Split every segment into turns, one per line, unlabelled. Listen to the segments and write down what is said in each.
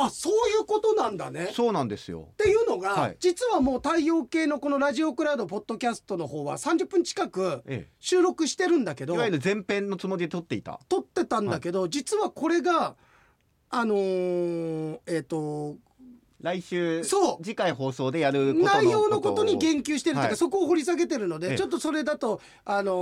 あそういうことなんだね。
そうなんですよ
っていうのが、
はい
実はもう太陽系のこのラジオクラウドポッドキャストの方は30分近く
え
収録してるんだけ
え
ど
いわゆる前編のつもりで撮っていた
撮ってたんだけど、実はこれがあのーえっ、と
来週
そう
次回放送でやることの
内容のことに言
言
及してるというか、
はい
そこを掘り下げてるので、
ええ
ちょっとそれだと、あの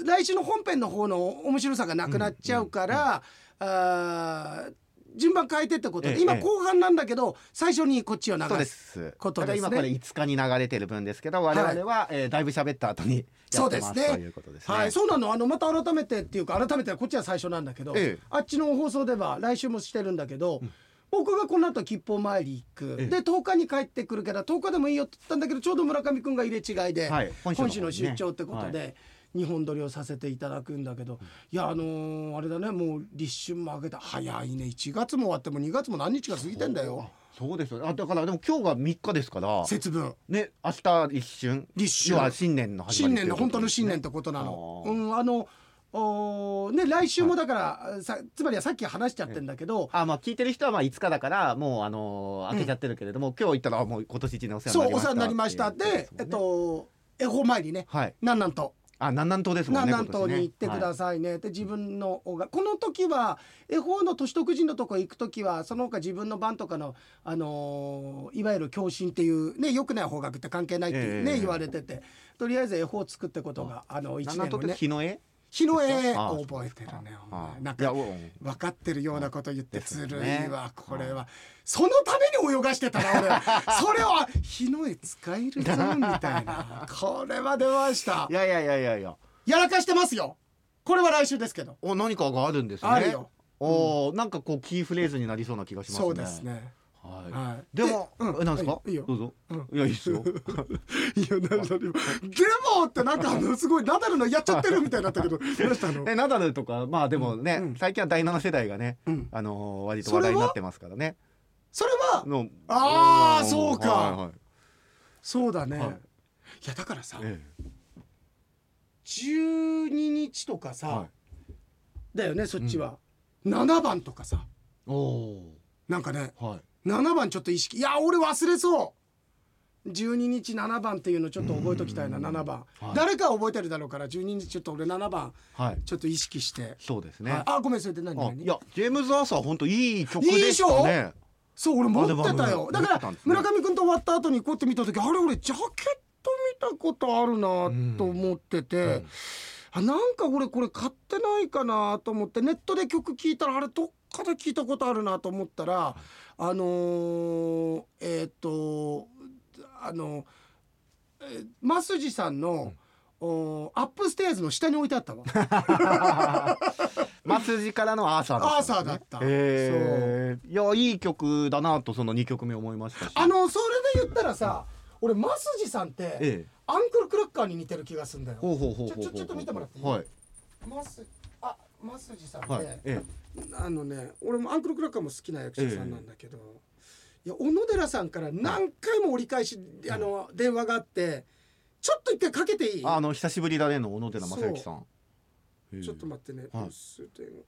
ー来週の本編の方の面白さがなくなっちゃうから、あー順番変えてってことで、
ええ
今
ええ
後半なんだけど最初にこっちを流。
そうですす
ことですね
ただ今これ5日に流れてる分ですけど我々は、えーだいぶ喋った後にやってます
そうですね
ということですね
はい、そうなのあのまた改めてっていうか改めてこっちは最初なんだけど、
ええ
あっちの放送では来週もしてるんだけど、僕がこの後吉報参り行く、
ええ
で10日に帰ってくるから10日でもいいよって言ったんだけどちょうど村上君が入れ違いで、
はい
本
本
州
州
の,、
の
出張ってことで。日本撮りをさせていただくんだけど、いやあのーあれだねもう立春も明けた早いね1月も終わっても2月も何日か過ぎてんだよ
そうですよあだからでも今日が3日ですから
節分
ね明日立春
立春
要は新年の始ま
新
り
年の
という
本
こ
当
と
の
です
新
ね
年ってことなの。
あー
うん、あのおーね来週もだから、さつまりはさっき話しちゃってんだけど、
あまあ聞いてる人はまあ5日だからもうあのー開けちゃってるけれども、今日行ったらあもう今年一年お世話に
そ
なり
うお
まし
世
た
話になりました
ていう
で、えっと恵方参りね、
はい
なんなんと。
あ南南東ですもん
南
ね
南東に行ってくだ
さ
さいね、で自分のおがこの時は恵方の都市徳人のとこ行く時はその他自分の番とかの、あのーいわゆる共振っていうねよくない方角って関係ないっていうね、
ええ
言われててとりあえず恵方作ってことがあの1年
南南
後
東って
ね
日の絵
日の絵
あ
を覚えてるねお
あ
前なん
いや
か
お
分かってるようなこと言って
です
ず
よね
るいわこれはそのために泳がしてたな 俺それは日の絵使えるぞみたいなこれは出ました
いやいやいやいやいや
やらかしてますよこれは来週ですけど
お何かがあるんですね
あるよ
おー、なんかこうキーフレーズになりそうな気がしますね
そうですね
はい、
はい
でも、
でうん
えなんですか、
はいいいよ
どうぞ、
うん
いやいいっすよ
いやなんだろうでもってなんかあのすごいナダルのやっちゃってるみたいになったけどどうしたの
えナダルとかまあでもね、
うん
最近は第7世代がね、
うん
あのー割と
そ
話
れは
題になってますからね
それは
の
あー
ん
そうか
はいはい
そうだね
はい
いやだからさ
え
12日とか
え
さ
はい、
だよねそっちは、7番とかさ
おお
なんかね
ーはい
7番ちょっと意識いや俺忘れそう12日7番っていうのちょっと覚えときたいな7番、
はい
誰かは覚えてるだろうから12日ちょっと俺7番
はい
ちょっと意識して、
そうですね、
はいあごめんそれで何
あ
何
いやジェームズ・アーサー本当いい曲
いい
で
で
し
しょ
たね
そう俺持って
ア
た
ル
よ
バム
だか
持ってた
ら
んですね
村上君と終わった後にこうやって見た時あれ俺ジャケット見たことあるなと思ってて、
うん
あなんか俺これ買ってないかなと思ってネットで曲聴いたらあれどっかで聞いたことあるなと思ったらあのーえっ、とあのえーマスジさんの、おアップステーズの下に置いてあったわ
松筋からのアーサーだったんですね、
アーサーだった
ええいやいい曲だなとその二曲目思いましたし
あのそれで言ったらさ俺マスジさんって、
ええ
アンクルクラッカーに似てる気がするんだよ
ほうほうほうほうほう
ちょちょちょっと見てもらっていい
はい
マスあマスジさんって、
はい、え
あのね俺もアンクルクラッカーも好きな役者さんなんだけど、いや小野寺さんから何回も折り返し、あの電話があってちょっと一回かけてい
え
い
あの久しぶりだねの小野寺正幸さん、ええ
ちょっと待ってね、
はい
留守電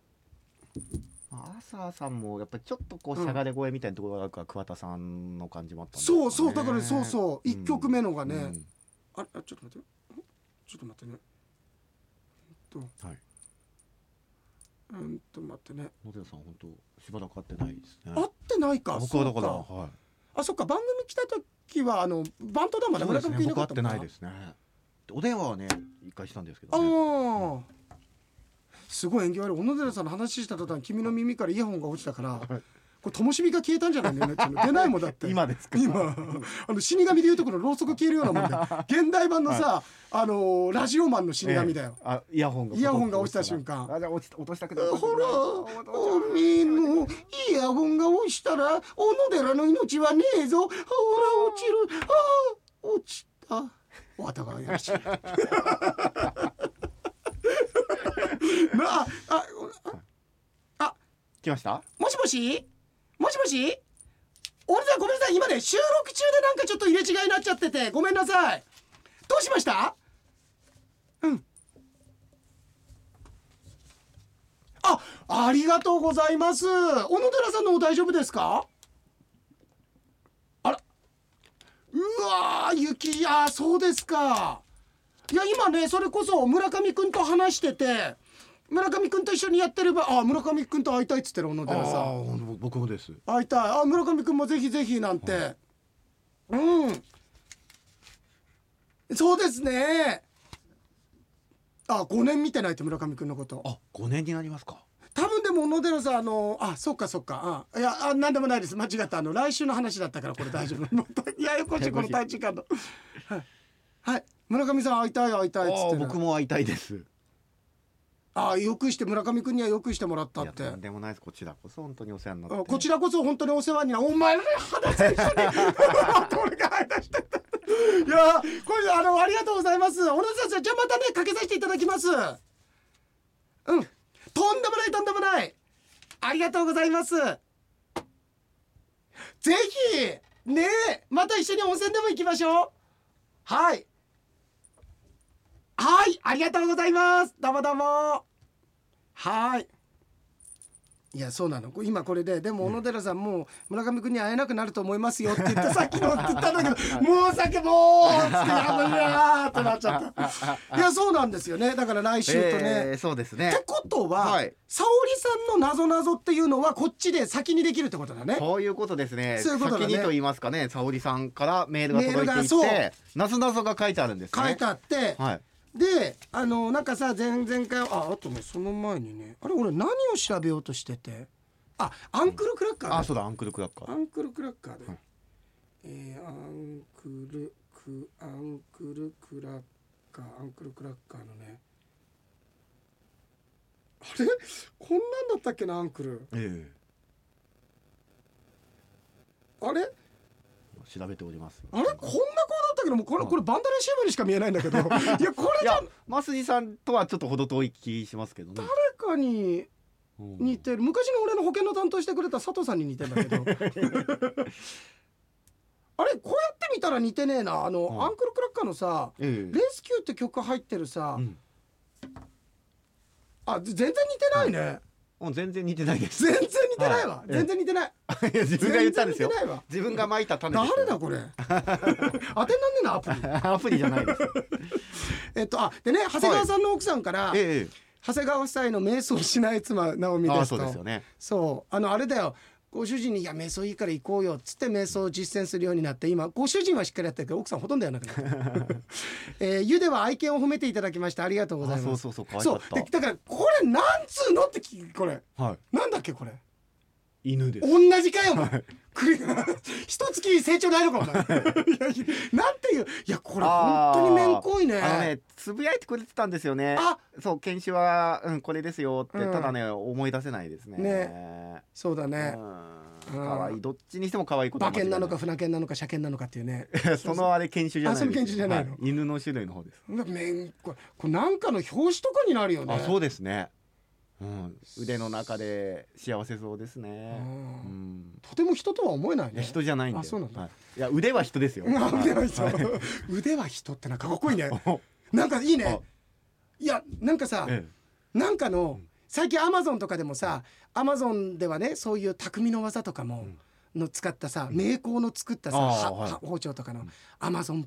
アーサーさんもやっぱりちょっとこうしゃがれ声みたいなところがあるから桑田さんの感じもあったんですかね
そうそうだからそうそう一曲目のがね
うん
あれあちょっと待ってよんちょっと待ってねうんと
はい
うんと待ってね
小野寺さん本当しばらく会ってないですね
合ってないか
僕はだから
そうか
はい
あそっか番組来た時はあのバンドだもんね
そうですね
君い
僕
か
会
っ
っ
も
たて
ん
ないですねお電話はね一回したんですけど、ね、
ああすごい縁起悪い小野寺さんの話した途端君の耳からイヤホンが落ちたからこれ灯火が消えたんじゃないのよねっていうの出ないもんだって
今ですか
今あの死神でいうところのろうそく消えるようなもんだよ現代版のさ、あのーラジオマンの死神だよ、
ええあイヤホンが
イヤホンが落ちた瞬間
あじゃあ落ちた落と したけど
ほらおめえのイヤホンが落ちたら小野寺の命はねえぞほら落ちるああ落ちたわたがやら しいなあああ
来ました
もしもしもしもし俺さんごめんなさい今ね収録中でなんかちょっと入れ違いになっちゃっててごめんなさいどうしましたうんあありがとうございます小野寺さんのも大丈夫ですかうわー雪いやーそうですかいや今ねそれこそ村上くんと話してて村上くんと一緒にやってればあー村上くんと会いたいっつってる小野
あ
寺さん
あほんと僕もです
会いたいあ村上君もぜひぜひなんて、うんそうですねあ5年見てないって村上君のこと
あ五年になりますか
多分でも小野寺さんあのあそっかそっかあいやあ何でもないです間違ったあの来週の話だったからこれ大丈夫また ややこしいこの短時間のはい、はい、村上さん会いたい会い
あ
たいっつって
ー
ね
僕も会いたいです
あよくして村上君にはよくしてもらった
い
っ
や
て
とんでもないですこちらこそ本当にお世話になっ
あ
て
こちらこそ本当にお世話になお前ら話 と一緒に俺が話してたいやーこれあのありがとうございます小野先生じゃあまたねかけさせていただきますうんとんでもないとんでもないありがとうございますぜひねえまた一緒に温泉でも行きましょうはいはいありがとうございますどうもどうもはいいやそうなのこれ今これででも小野寺さんもう村上君に会えなくなると思いますよって言ったさっきのって言ったんだけどもう酒もうっつってやばいなーってなっちゃったいやそうなんですよねだから来週とね、
えーそうですね
ってことは、
はい
沙織さんの謎謎っていうのはこっちで先にできるってことだね
そういうことですね
そういうことだね
先にと言いますかね沙織さんからメールが届い
メールが
てい
そう
てなぞなぞが書いてあるんですね
書いてあって、
はい
であのなんかさ前々回ああとねその前にねあれ俺何を調べようとしててあアンクルクラッカーだ、
あそうだアンクルクラッカ
ア
ー
ンクルクラッカーで、
はい
えーアンクルクアンクルクラッカーアンクルクラッカーのねあれこんなんだったっけなアンクル
え
あれ
え調べております
あれこんな子だったけどもうこれこれバンダレシーブにしか見えないんだけ どいやこれ
い
じゃ
や増井さんとはちょっと程遠い気しますけどね
誰かに
うん
似てる昔の俺の保険の担当してくれた佐藤さんに似てんだけ どあれこうやって見たら似てねえなあの、
うん
アンクルクラッカーのさ「
ええ
レスキュー」って曲入ってるさ、
うん
あぜ全然似てないね、
うん全然似てないです
全然似てないわ、
はい
全然似てない
いや自分が言ったんですよ
全然似てないわ
自分が撒いた種ですよ
誰だ これ当てになんねえなアプリ
アプリじゃないです。
えっとあでね長谷川さんの奥さんから、
え
長谷川夫妻の瞑想しない妻直美です
え。あ
と
あ、そうですよね。
そうあのあれだよご主人に「いや瞑想いいから行こうよ」っつって瞑想を実践するようになって今ご主人はしっかりやってるけど奥さんほとんどやらなくなった、 えー、ゆでは愛犬を褒めていただきましてありがとうござ
あ
います
そうそうそう、可愛
そ
か
う
っ
でだからこれなんつうのって聞くこれ
た。はい。
なんだっけこれ
犬で。
同じかよお前クリ一月成長ないのかお前 いやなんていういやこれ本当にめんこいね
あのね、つぶやいてくれてたんですよね。
あ
そう、犬種は、うん、これですよって、
うん
ただね、思い出せないですね。
そうだ
うん
ね
可愛い、どっちにしても可愛いことは
馬
間違
券
いい。
なのか船券なのか車券なのかっていうね
そのあれ犬種じゃないです。
あそれ犬種じゃないの
は犬の種類の方です。
めんこいこれなんかの表紙とかになるよね
あ、そうですね。うん、腕の中で幸せそうです
う
ね。うんん。
とても人とは思えない
いや
ね
人じゃないんで。
あそうなんだ
はいいや、腕は人で すよ。
うん腕は人
はい
腕は人ってなんかかっこいいね
お
なんか いい
あ
ねいやなんかさ、
ええ
なんかの最近アマゾンとかでもさアマゾンではねそういう匠の技とかも、の使ったさ名工の作ったさ、
あー
は
はい
は包丁とかのアマゾン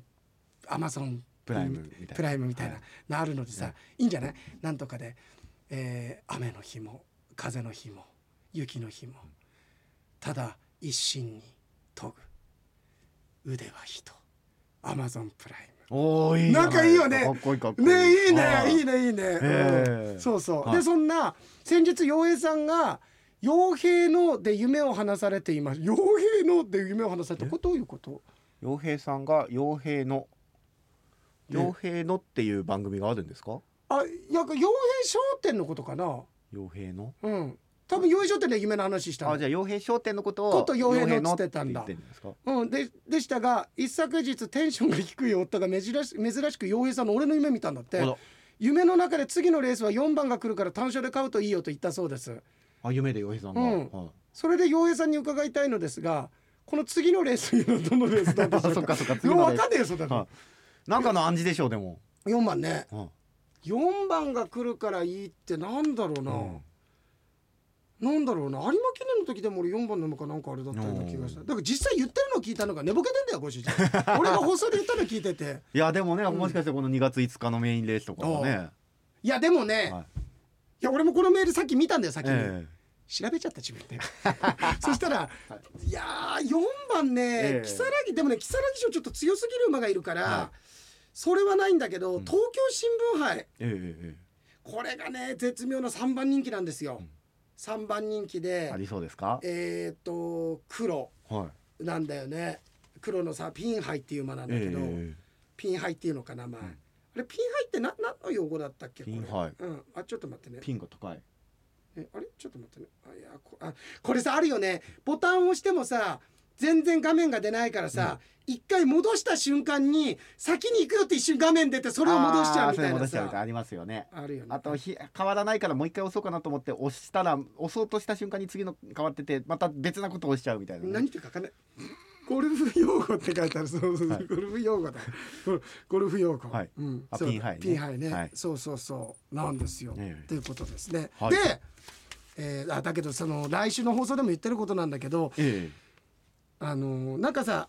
アマゾン
プライムみたいな
プライムみたいな、
はい
のあるのでさ、い、いんじゃないなんとかで、えー雨の日も風の日も雪の日もただ一心に研ぐ腕は人アマゾンプライム
おーいいじゃ
なんかいいよね
かっこいいかっこいい。
ねいいね
はい
いねいいね、
え
うん
え
そうそう、
は
で
い
そんな先日陽平さんが「陽平の」で夢を話されています陽平ので夢を話されてこれどういうこと
洋平さんが洋平の
ね
洋平のっていう番組があるんですか？
あなんか陽平商店のことかな
洋平の？
うん多分陽平商店で夢の話したの
あじゃあ洋平商店のことを
こと洋平の
洋
つってたんだ
って言ってるんですか？
うん、ででしたが一昨日テンションが低い夫が珍し珍しく洋平さんの俺の夢見たんだって
あら
夢の中で次のレースは4番が来るから単勝で買うといいよと言ったそうです
あ夢で洋平さんが、
うん
はい
それで洋平さんに伺いたいのですがこの次のレースというのはどのレースだった
あ
でし
そ
ょ
っ
うか
かそっか次
よう
ま
分
で
かんねえよそんなの
はいなんかの暗示でしょうでも、
4番ね
はい
4番が来るからいいってなんだろう
う
な、
ん
なんだろうな有馬記念の時でも俺4番の馬かなんかあれだったような気がしただから実際言ってるの聞いたのが寝ぼけてんだよご 主人俺が放送で言ったの聞いてて
いやでもね、
うん
もしかしてこの2月5日のメインレースとかもね、
いやでもね、
はい
い、や俺もこのメールさっき見たんだよ先に、
え
調べちゃった自分で そしたら、い、やー4番ね、
ええ
如月でもね如月賞ちょっと強すぎる馬がいるから、
は
それはないんだけど、
ん
東京新聞杯
ええええ
これがね絶妙な3番人気なんですよ、
うん
3番人気で
えありそうですか、
えーっと黒
はい
なんだよね黒のさピンハイっていう馬なんだけど、
え
ピンハイっていうのかな前、
うん
あれピンハイってな何の用語だったっけこれ
ピンハイ
うん、あちょっと待ってね
えピンが高い
えあれちょっと待ってねあいやこあこれさあるよねボタンを押してもさ全然画面が出ないからさ、一回戻した瞬間に先に行くよって一瞬画面出てそれを戻しちゃうみたい
あーそれ戻
な
しちゃうみたいな
さ
ありますよね
あるよね
あとひ変わらないからもう一回押そうかなと思って押したら押そうとした瞬間に次の変わっててまた別なことを押しちゃうみたいなね、
何て書かないゴルフ用語って書いてあるそうそうそう、
はい
ゴルフ用語だゴルゴルフ用語、
はい
うん、
あ
そう
ピンハイね
ピンハイね、
はい
そうそうそうなんですよ、
ええ
ということですね、
はい
で、えーあだけどその来週の放送でも言ってることなんだけど
え
あのーなんかさ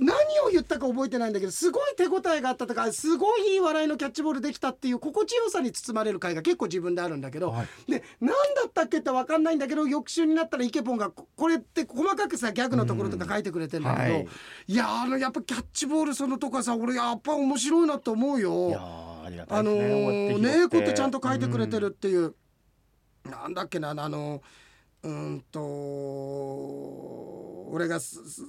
何を言ったか覚えてないんだけどすごい手応えがあったとかすごいいい笑いのキャッチボールできたっていう心地よさに包まれる回が結構自分であるんだけど、
はい
で何だったっけって分かんないんだけど翌週になったらイケポンがここれって細かくさギャグのところとか書いてくれてんだけど、
うん
い
はい、
やあのやっぱキャッチボールそのとかさ俺やっぱ面白いなと思う
え
よ。
いやーありがた
あ
いで
の
すね、
ー、
終わ
ね
っ
こう
て拾
やってちゃんと書いてくれてるっ
うん
ていう、なんだっけなあのうーんと俺がすす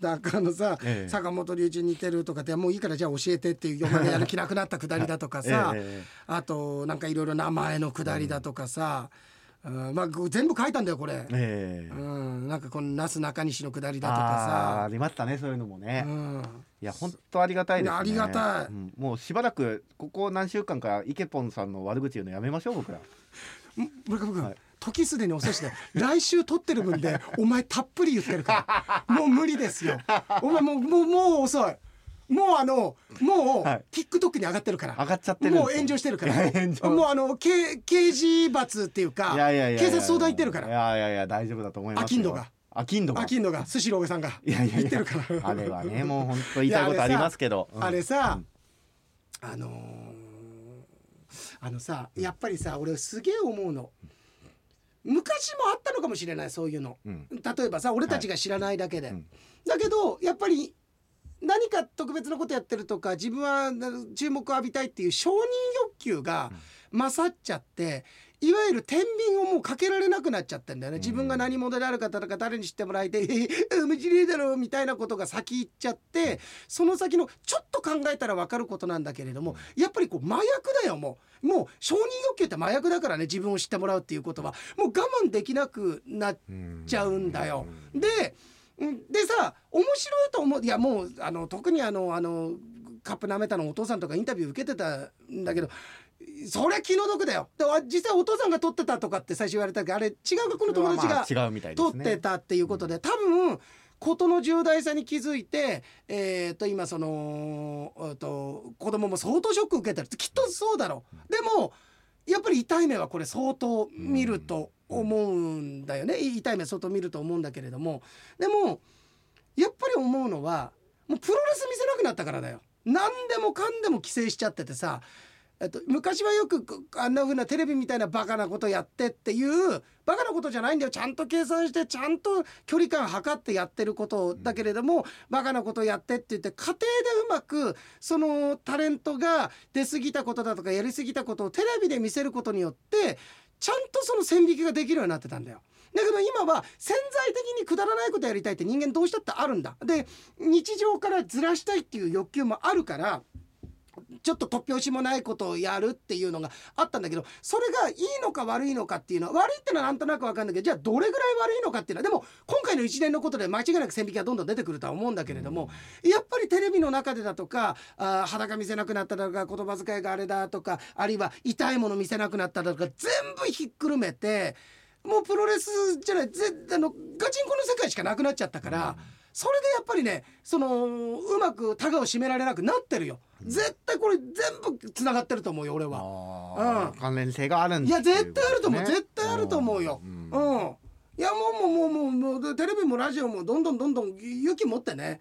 なんかあのさ、
ええ
坂本龍一に似てるとかってもういいからじゃあ教えてっていう読まれやる気なくなったくだりだとかさ、
ええええ
あとなんかいろいろ名前のくだりだとかさ、うんまあ、全部書いたんだよこれ、
ええ
うん、なんかこのなすなかにしのくだりだと
あーあ
か
りましたねそういうのもね、
さ、うん、
いや本当ありがたいですね
ありがたい
うんもうしばらくここ何週間かイケポンさんの悪口言うのやめましょう僕ら
ん村上君、
はい
時すでに遅しで 来週撮ってる分でお前たっぷり言ってるからもう無理ですよお前もうもうもう遅いもうあのもう
はい
TikTok に上がってるから、
上がっちゃってるんですよ
もう炎上してるから
いや炎上
もうあの刑刑事罰っていうか
いやいやいやいや
警察相談行ってるか
い
ら
やいやいや大丈夫だと思いますよ
あ金度が
あ金度が
あきんのがスシローさんが
いやいや
言
いや
ってるから
あれはねもう本当言いたいことありますけど
あれさ、あのーあのさやっぱりさ俺すげえ思うの昔もあったのかもしれないそういうの、
うん
例えばさ俺たちが知らないだけで、
うん
だけどやっぱり何か特別なことやってるとか自分はな注目を浴びたいっていう承認欲求が勝っちゃって、いわゆる天秤をもうかけられなくなっちゃってんだよね、自分が何者であるかとか誰に知ってもらえて「ええ無事だろ」みたいなことが先行っちゃってその先のちょっと考えたら分かることなんだけれどもやっぱりこう麻薬だよもうもう承認欲求って麻薬だからね自分を知ってもらうっていうことはもう我慢できなくなっ
うん
ちゃうんだよ。でうんでさ面白いと思ういやもうあの特にあのあのカップなめたのお父さんとかインタビュー受けてたんだけどそれ気の毒だよでわ実際お父さんが撮ってたとかって最初言われたけどあれ違う学校の友達が
それはまあ違うみたいで
撮っ
すね
てたっていうことで多分事の重大さに気づいて、えー、と今その、えー、と子供も相当ショック受けてるきっとそうだろう、でもやっぱり痛い目はこれ相当見ると思うんだよね、い痛い目相当見ると思うんだけれどもでもやっぱり思うのはもうプロレス見せなくなったからだよ何でもかんでも規制しちゃっててさえっと、昔はよくこあんな風なテレビみたいなバカなことやってっていうバカなことじゃないんだよちゃんと計算してちゃんと距離感測ってやってることだけれども、バカなことやってって言って家庭でうまくそのタレントが出過ぎたことだとかやり過ぎたことをテレビで見せることによってちゃんとその線引きができるようになってたんだよ。だけど今は潜在的にくだらないことやりたいって人間どうしたってあるんだ。で日常からずらしたいっていう欲求もあるから。ちょっと突拍子もないことをやるっていうのがあったんだけどそれがいいのか悪いのかっていうのは悪いってのはなんとなく分かるんだけどじゃあどれぐらい悪いのかっていうのはでも今回の一連のことで間違いなく線引きがどんどん出てくるとは思うんだけれども、やっぱりテレビの中でだとかあー裸見せなくなっただとか言葉遣いがあれだとかあるいは痛いもの見せなくなっただとか全部ひっくるめてもうプロレスじゃないぜあのガチンコの世界しかなくなっちゃったから。それでやっぱりねそのうまくタガを締められなくなってるよ絶対これ全部つながってると思うよ俺は
あー
うん
関連性があるん
いや絶対あると思う
っていこ
絶対あると思うよ
ん
ん
うん、いやもうもうもうもうもうテレビもラジオもどんどんどんどん勇気持ってね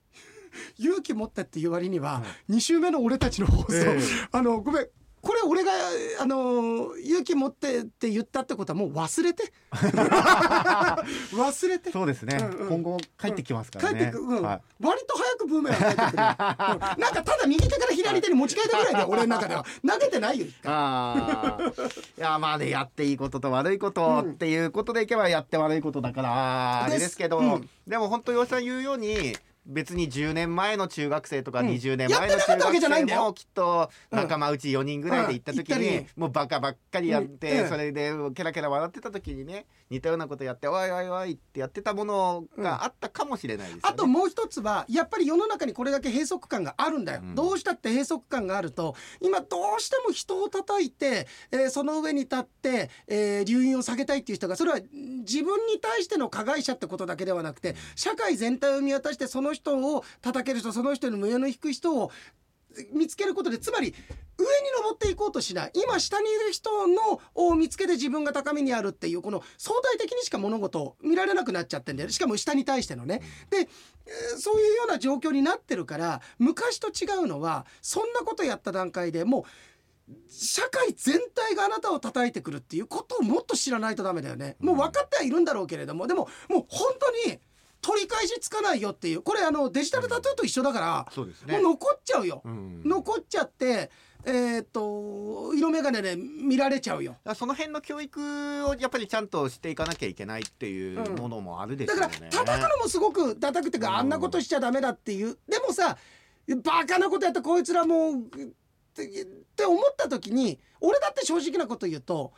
勇気持ってっていう割には2週目の俺たちの放送、
ええ
あのごめんこれ俺があの勇気持ってって言ったってことはもう忘れて忘れて
そうですね、
うんうん
今後帰ってきますから
帰って
ね、
く、うん
はい、
割と早くブーメラン帰ってくる、うんなんかただ右手から左手に持ち替えたぐらいで俺の中では投げてないよ一回
あーいやまあねやっていいことと悪いこと
うん
っていうことでいけばやって悪いことだからあ
です
れですけど、
うん
でも本当吉さん言うように別に10年前の中学生とか
うん
20年前
やっ
の
てなかっ
中
たわけ
学
じゃないんだ
生
よ
もきっと仲間うち4人ぐらいで行った時
うんうん行った
に
り
もうバカばっかりやって、
うん
それでケラケラ笑ってた時にね似たようなことやって「おいおいおい」ってやってたものがあったかもしれないですよね。
あともう一つはやっぱり世の中にこれだけ閉塞感があるんだよ、
うん
どうしたって閉塞感があると今どうしても人を叩いて、えーその上に立って、えー留飲を下げたいっていう人がそれはん自分に対しての加害者ってことだけではなくて社会全体を見渡してその人を叩ける人その人に胸の引く人を見つけることでつまり上に登っていこうとしない今下にいる人のを見つけて自分が高みにあるっていうこの相対的にしか物事を見られなくなっちゃってんだよねしかも下に対してのね。でえーそういうような状況になってるから昔と違うのはそんなことやった段階でもう社会全体があなたを叩いてくるっていうことをもっと知らないとダメだよね。もう分かってはいるんだろうけれどもでももう本当に取り返しつかないよっていうこれあのデジタルタトゥーと一緒だから、
そうです
も
ね
う残っちゃうよ。
うん
残っちゃってえーっと色眼鏡で見られちゃうよ
だからその辺の教育をやっぱりちゃんとしていかなきゃいけないっていうものもあるでしょ
だ
う
か
ね。
ら叩くのもすごく叩くっていう
うん
かあんなことしちゃダメだっていうでもさバカなことやったこいつらもうってって思った時に俺だって正直なこと言うと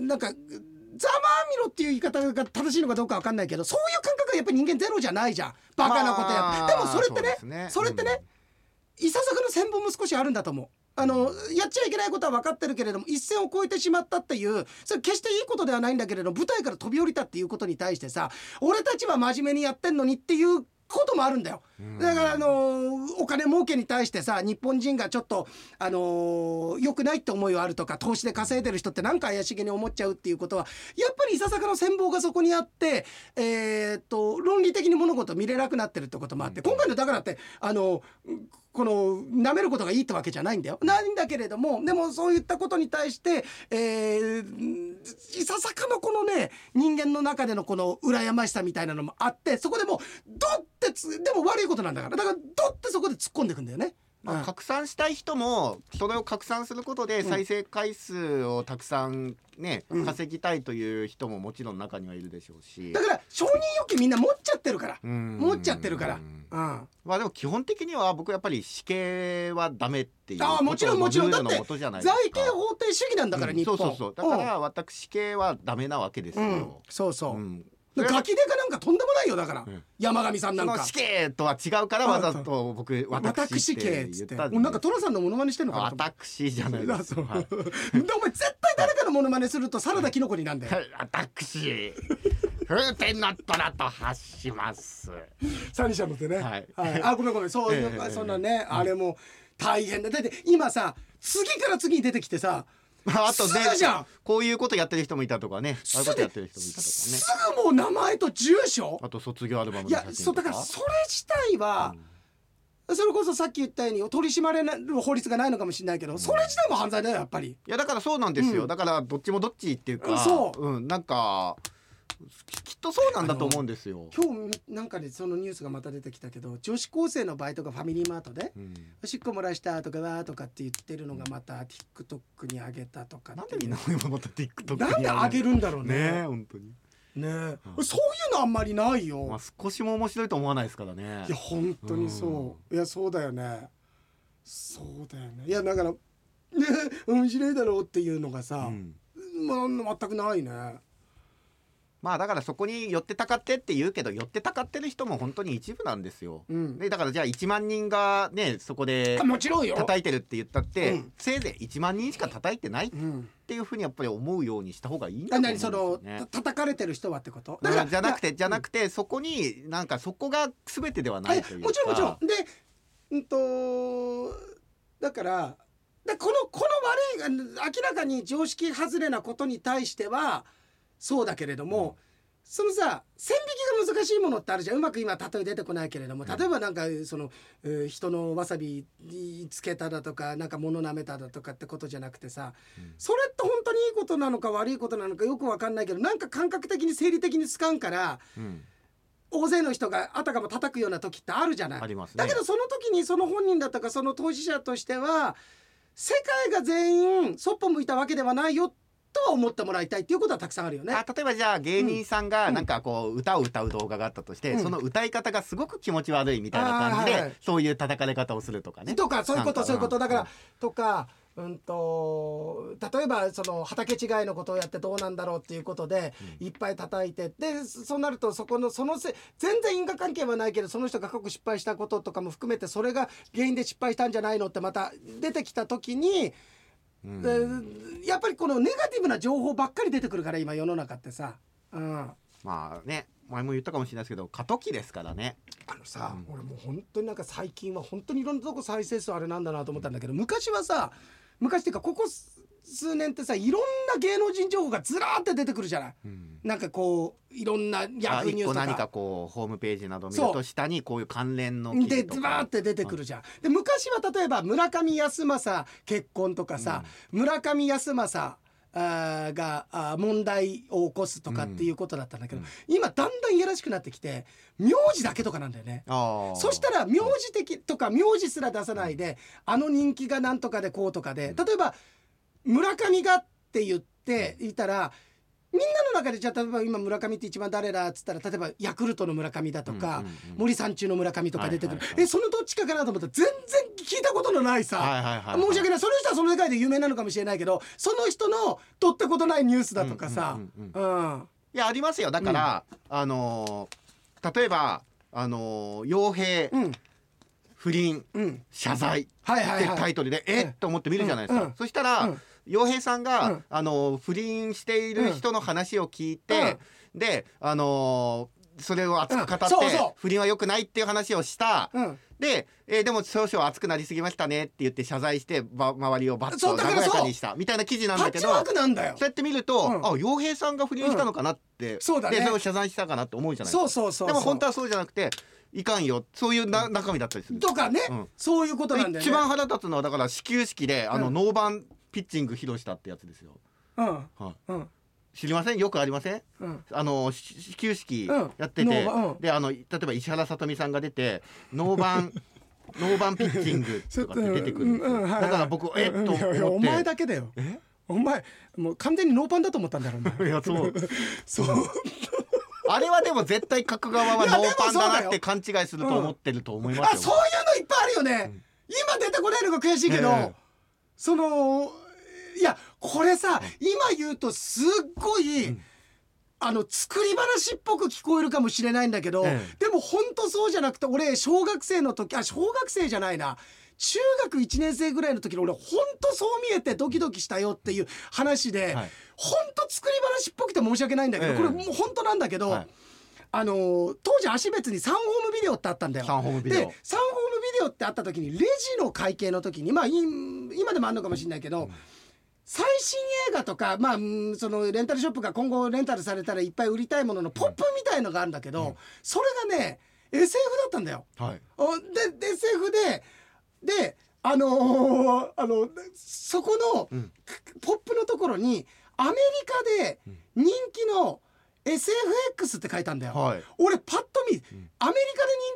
なんかざまあみろっていう言い方が正しいのかどうかわかんないけどそういう感覚がやっぱり人間ゼロじゃないじゃんバカなことや
ま
っ
あ
てでもそれってね
うです
それってねいささかの線分も少しあるんだと思う。あのやっちゃいけないことは分かってるけれども一線を越えてしまったっていうそれ決していいことではないんだけれども舞台から飛び降りたっていうことに対してさ俺たちは真面目にやってんのにっていうこともあるんだよ
うん
だからあのーお金儲けに対してさ日本人がちょっとあのー良くないって思いはあるとか投資で稼いでる人ってなんか怪しげに思っちゃうっていうことはやっぱりいささかの戦望がそこにあってえーっと論理的に物事を見れなくなってるってこともあって、
うん
今回のだからってあのこの舐めることがいいってわけじゃないんだよ。ないんだけれどもでもそういったことに対して、えーいささかのこのね人間の中でのこの羨ましさみたいなのもあってそこでもうドッてつでも悪いことなんだからだからドッてそこで突っ込んでくんだよね。
ま
うん
あ、拡散したい人もそれを拡散することで再生回数をたくさんね、
うん
稼ぎたいという人ももちろん中にはいるでしょうし
だから承認欲求みんな持っちゃってるから。
持
持っちゃってるから。うん
まあでも基本的には僕やっぱり死刑はダメっていう
ああもちろんもちろん
ルールの
だって
もとじゃないですか
財形方程主義なんだから
うん
日本、
そうそうそうだから私死刑はダメなわけです
う
よ、
ん、うんそうそう、
うん
ガキデカなんかとんでもないよだから、
うん
山上さんな
そ
んか
の死刑とは違うからわざと僕私
私
って
系っ
言
つ
っ
って
たんで
もうなんか寅さんのモノマネしてんのかなと思って
私じゃないです
そう
はい
でお前絶対誰かのモノマネするとサラダキノコになんだよ
私風天の虎と発します
三者の手ね、
はい
あごめんごめんそう、
ええ
そんなね、あれも大変だだって今さ次から次に出てきてさ
まああとね
すぐじゃん
こういうことやってる人もいたとかねああいうことやってる人もいたとかね
すぐもう名前と住所
あと卒業アルバム
い
の
や
写
そうだ
真と
から
か
それ自体は、それこそさっき言ったように取り締まれる法律がないのかもしれないけど、それ自体も犯罪だよやっぱり。
いやだからそうなんですよ、
うん
だからどっちもどっちっていう
うん
か、
そう
ん、なんかききっとそうなんだと思うんですよ、
今日なんかでそのニュースがまた出てきたけど女子高生のバイトがファミリーマートで
うん、
「おしっこ漏らした」とか「わー」とかって言ってるのがまた TikTok に上げたとか
なん
っ
で
て
みんな今また TikTok に
なんで上げ
る
るんだろう
ねえ
ね。
本当に
ね
うん
そういうのあんまりない
まあ
よ。
少しも面白いと思わないですからね
いや本当にそう。いやそうだよね。そうだよね。いやだからね面白いだろうっていうのが
う
さ、
ん
まあ全くないね。
まあだからそこに寄ってたかってって言うけど寄ってたかってる人も本当に一部なんですよ、
うん。
でだからじゃあ1万人がねそこで
あもちろんよ。
叩いてるって言ったって、
うん
せいぜい1万人しか叩いてないっ
うん。
ていうふうにやっぱり思うようにした方がいいんだ
あ
と思うん
何
です
その
よ、ね
た叩かれてる人はってこと。
だからじゃなくてじゃ
く
なくてそこになんかそこが全てではな
はいい
というか
もちろんもちろんでうんとだからだこのこの悪いあの明らかに常識外れなことに対してはそうだけれども、そのさ線引きが難しいものってあるじゃんうまく今例え出てこないけれども
うん
例えばなんかその、えー人のわさびつけただとかなんか物舐めただとかってことじゃなくてさ
うん
それって本当にいいことなのか悪いことなのかよくわかんないけどなんか感覚的に生理的につかんから
うん
大勢の人があたかも叩くような時ってあるじゃない
あ。りますね
だけどその時にその本人だとかその当事者としては世界が全員そっぽ向いたわけではないよとは思ってもらいたいっていうことはたくさんあるよね
あ。例えばじゃあ芸人さんが
うん
なんかこう歌を歌う動画があったとして、
うん
その歌い方がすごく気持ち悪いみたいな感じ
あー
で、
はいはい
そういう叩かれ方をするとかね。
とかそういうこと
なんか
そういうこと
うん
だからとかうんと例えばその畑違いのことをやってどうなんだろうっていうことで
うん
いっぱい叩いてでそうなるとそこのそのせ全然因果関係はないけどその人が過去失敗したこととかも含めてそれが原因で失敗したんじゃないのってまた出てきた時に、
うん
えーやっぱりこのネガティブな情報ばっかり出てくるから今世の中ってさ。うん
まあね前も言ったかもしれないですけど過渡期ですからね。
あのさ、
うん
俺もう本当になんか最近は本当にいろんなとこ再生数あれなんだなと思ったんだけど、昔はさ昔っていうかここ数数年ってさいろんな芸能人情報がずらーって出てくるじゃないなんかこういろんなヤ
あ
フーニ
一
ュー
個
スと
何
か
かこうホームページなど見る
そ
と
う
下にこういう関連の記
で
事と
ズバー
か
って出てくるじゃん。で昔は例えば村上康政結婚とかさ、村上康政あーがあー問題を起こすとかっていうことだったんだけど、
うんうん
今だんだんいやらしくなってきて名字だけとかなんだよね。
あー
そしたら名字的とか名字すら出さないであの人気がなんとかでこうとかで
うん
例えば村上がって言っていたらみんなの中でじゃあ例えば今村上って一番誰だっつったら例えばヤクルトの村上だとか
うんうんうん
森三中の村上とか出てくる
はいはいはい
えそのどっちかかなと思ったら全然聞いたことのないさ
はいはいはいはい
申し訳ないその人はその世界で有名なのかもしれないけどその人のとったことないニュースだとかさ
うんうんうんうん
うん
いやありますよだから、あのー例えばあのー傭兵
うん
不倫
うん
謝罪
はい
っ
はい
て
はい
タイトルで、
い
えっと思って見るじゃないですか、
うん
そしたら、
うん
洋平さんが、
うん
あの不倫している人の話を聞いて、であのそれを熱く語って、
うんそうそう
不倫は良くないっていう話をした、
うん
で、えーでも少々熱くなりすぎましたねって言って謝罪してば周りをバッ
そ
と
うだ
和
から
やか
そう
にしたみたいな記事なん
パ
だ
ッ
け
チ
ど
ワー
そ
クなんだよ
うやって見ると、
うん
あ洋平さんが不倫したのかなって、
そうだね
でそれを謝罪したかなって思うじゃないです
そ
か
うそうそうそう
でも本当はそうじゃなくていかんよそういうな中身だったりする。
とかね、
うん
そういうことなんだよね。
一番腹立つのはだから始球式であの、
うん
ノーバンピッチング披露したってやつですよ。
うん
はい、
うん
知りませんよくありません
うん。
あのし始球式
うん
やって
ノ
て、
ーバンうん
であの例えば石原さとみさんが出てノーバ ンノーバンピッチングとかって出てくるんですよ
うんうんはいはい
だから僕えっと
うん
思
いやいやお
っ
前
て
だけだよ。
え
お前もう完全にノーパンだと思ったんだろうな。
いやそう
そう。
あれはでも絶対角側はノーパンだなって勘違いすると思ってると思いま
あ
す
そ
よ。
ういうのいっぱいあるよね。
うん
今出てこないのが悔しいけど、
ええ
そのいやこれさ今言うとすっごい、
うん
あの作り話っぽく聞こえるかもしれないんだけど、
ええ
でも本当そうじゃなくて俺小学生の時あ小学生じゃないな中学1年生ぐらいの時の俺本当そう見えてドキドキしたよっていう話で、
はい
本当作り話っぽくて申し訳ないんだけど、
ええ
これもう本当なんだけど、
はい
あのー当時足別に3ホームビデオってあったんだよ。
サンホームビ
で3
デ
ホーム
オ。
ビデオってあった時にレジの会計の時にまあい今でもあるのかもしれないけど、最新映画とかまあうんそのレンタルショップが今後レンタルされたらいっぱい売りたいもののポップみたいのがあるんだけど、それがね SF だったんだよ。
はい。
おでで SF でであのーあのそこの
うん
ポップのところにアメリカで人気の SFX って書いたんだよ。
はい。
俺パッと見、
ん
アメリカで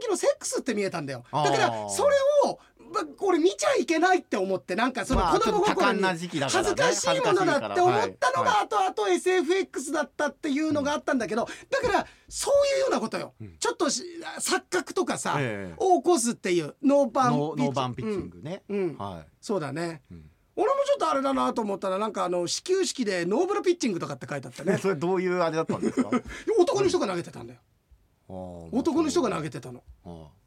人気のセックスって見えたんだよだ
あー
からそれを、ま、俺見ちゃいけないって思ってなんかその
まあ
子供
ちょっと多
心
感
に
な時期だから
恥ず
ね
かしいものだって思ったのが
は
後々 SFX だったっていうのがあったんだけどだからそういうようなことよ、
うん
ちょっとし錯覚とかさ、
ええ
を起こすっていうノーパン
ノーノーバンピッチン
グ、
グね。
うんうん
はい。
そうだね
うん
俺もちょっとあれだなと思ったらなんかあの始球式でノーブラピッチングとかって書いてあったね
それどういうあれだったん ですか
男の人が投げてたんだよ男の人が投げてたの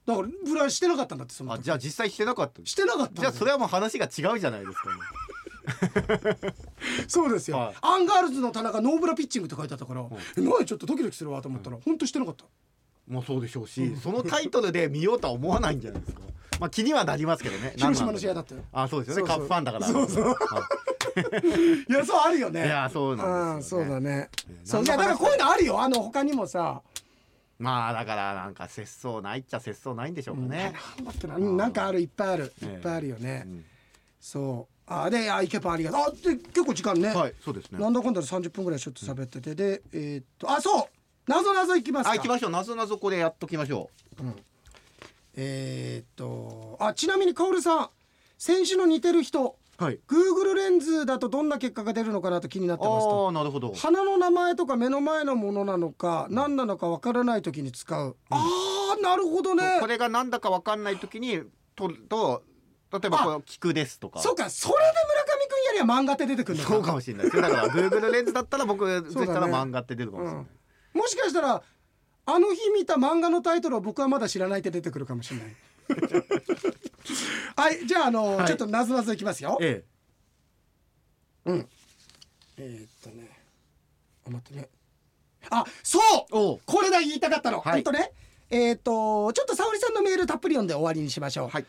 だからブラしてなかったんだってその
あ
時
じゃあ実際してなかった
してなかったんだ
じゃあそれはもう話が違うじゃないですか、ね、
そうですよ、
はい
アンガールズの田中ノーブラピッチングって書いてあったから、えなんかちょっとドキドキするわと思ったら、本当してなかった
もうそうでしょうしそのタイトルで見ようとは思わないんじゃないですかまあ気にはなりますけどね
広島の試合だ
っ
ったよ
あそうですよね
そうそう
カップファンだから
そうそう
はい
いやそうあるよ
い
ね
やそう
う
な
ん
んです
そ
よ、
う
ね。
だね
ね
そうい
何
や
の
だから
話
こういうのあるよあの他にもさ
まあだからなんか節操ないっちゃ節操ないんでしょうかね。
なんだっけなうんなんかあるいっぱいあるい
え
っ
え
ぱいあるよね
うん
そうあであイケパンありがとうあで結構時間ね
はい、そうですね。
なんだかんだで30分ぐらいちょっと喋っててでえーっとあそうなぞなぞいきますか
あ行きましょう。謎謎これやっときましょ
えーっとあちなみにカオルさん先週の似てる人
はい。
Google レンズだとどんな結果が出るのかなと気になって
う。
ますと
ああなるほど。
花の名前とか目の前のものなのか何なのかわからない時に使う、あーなるほどね
そうこれがなんだかわかんないときにとると例えばこう聞くですとか。
そうかそれで村上くんやりゃ漫画って出てくるのか
そうかもしれないですよだから Google レンズだったら僕そ
そうだね
したら漫画って出るかもしれない、
もしかしたらあの日見た漫画のタイトルを僕はまだ知らないって出てくるかもしれない はいじゃああの、
はい
ちょっとなぞなぞいきますよ
え
えーっとねあ待ってねあそう
えおう
これだ言いたかったの、
はい
ほんとねえーっとちょっと沙織さんのメールたっぷり読んで終わりにしましょう
はい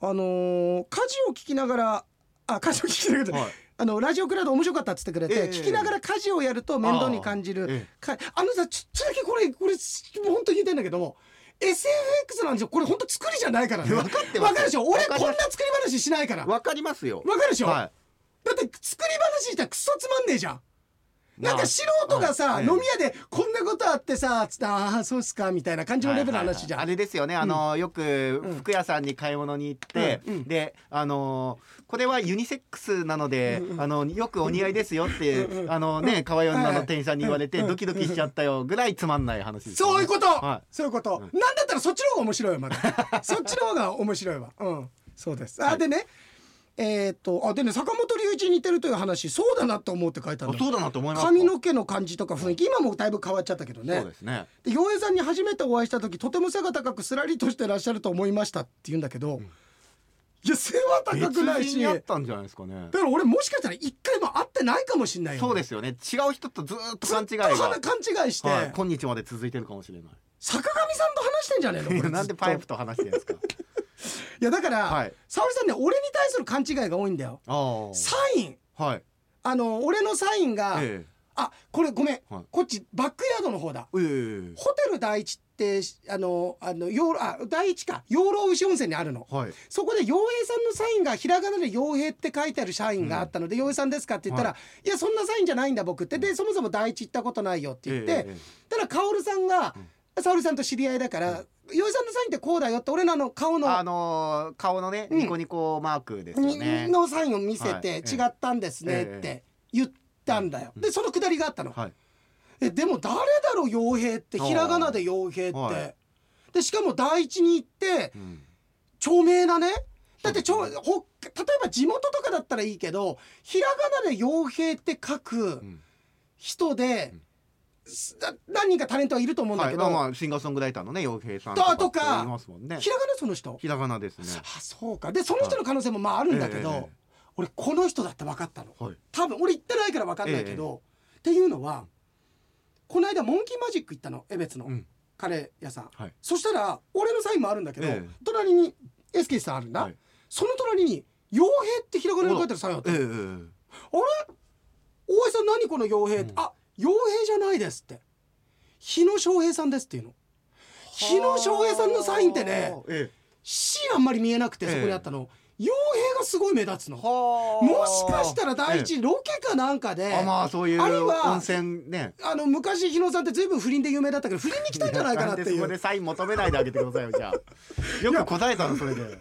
あのー家事を聞きながらあ家事を聞きながら、
はい
あのラジオクラウド面白かったっつってくれて、
ええ
聞きながら家事をやると面倒に感じる
ええ
かあのさちょっとだけこれこれもう本当に言いたいんだけど SFX なんですよこれ本当作りじゃないからね
分かってます
わかるでしょ俺
わ
こ
か
ん
りま
な作り話しないからわ
わかりますよ
かるでしょ、
は
だって作り話したらクソつまんねえじゃん
い
なんか素人がさ、
はい
飲み屋でこんなことあってさつってああそうっすかみたいな感じのレベルの話じゃん、
はいはいはいあれですよねあの、よく
うん
服屋さんに買い物に行って、
うんうん
であのこれはユニセックスなので、
うんうん
あのよくお似合いですよって、
うんうん
あのね可愛い女
はいは
の
い
店員さんに言われて、
うんうん
ドキドキしちゃったよぐらいつまんない話ですよね、
そういうこと、
は
そういうこと、
うん
なんだったらそっちの方が面白い よまだそっちの方が面白いわうんそうですあ、
はい
でねえーっとあでね坂本龍一に似てるという話そうだなと思うって書いてある
あ
んだ
そうだなと思います
髪の毛の感じとか雰囲気今もだいぶ変わっちゃったけど
そう
ね
ですね
で陽平さんに初めてお会いした時とても背が高くすらりとしてらっしゃると思いましたって言うんだけど、いや背は高
別
くない
人
し
にあっ
だ
たんじゃないですかね
から俺もしかしたら一回も会ってないかもしれないよ、
そうですすよね違う人とずーっと
ず
勘
っ
違
と
いが
勘違いして、
はい、今日まで続いてるかもしれない
坂上さんと話してんじゃねえのこれずっと
なんでパイプと話してるんですか
いやだから、
はい
沙織さんね俺に対する勘違いが多いんだよ
ああ
サイン
はい
あの俺のサインが、
え
あこれごめん、
はい
こっちバックヤードの方だ
ええ
ホテル第一ってあのあの養老あ第一か養老牛温泉にあるの
えはい
そこで洋平さんのサインがひらがなで洋平って書いてある社員があったので、洋平さんですかって言ったら、、
はい
やそんなサインじゃないんだ僕ってでそもそも第一行ったことないよって言って、
ええ
ただ薫さんが、沙織さんと知り合いだから、洋平さんのサインってこうだよって俺のあの顔の
あのー顔のね
うん
ニコニコマークですよね、
のサインを見せ
はい
て違ったんですねっ
え
て言ったんだよ。でそのくだりがあったの。
はい
えでも誰だろう傭兵って
あー
ひらがなで傭兵っ
は
て。でしかも第一に行って
うん
著名なねだってちょほ例えば地元とかだったらいいけどひらがなで傭兵って書く
うん
人で
うん、
すな何人かタレントはいると思うんだ
は
け
い
ど、
まあまあシンガーソングライターのね洋平さんとか
とか
いますもんね
ひらがなその人
ひらがなですね
あそうかでその人の可能性もまああるんだけど、
ええ
俺この人だって分かったの。
はい
多分俺行ってないから分かんないけど、っていうのはこの間モンキーマジック行ったの江別の
うん
カレー屋さん、
はい
そしたら俺のサインもあるんだけど、
ええ
隣に SK さんあるんだ、
はい
その隣に「傭兵」ってひらがなで書いてるサインあって
えええ
「あれ大江さん何この傭兵」って
うん
あ傭兵じゃないです」って「日野翔平さんです」っていうの日野翔平さんのサインってね
ええ
C あんまり見えなくてそこにあったの、傭兵がすごい目立つのも
は
しかしたら第一、ロケかなんかで
あまあそういう
あるいは
温泉ね
あの昔日野さんって随分不倫で有名だったけど不倫に来たんじゃないかなって
や
い
んでそこ
う
でサイン求め ないであげてくださいよじゃあよく答えたのそれで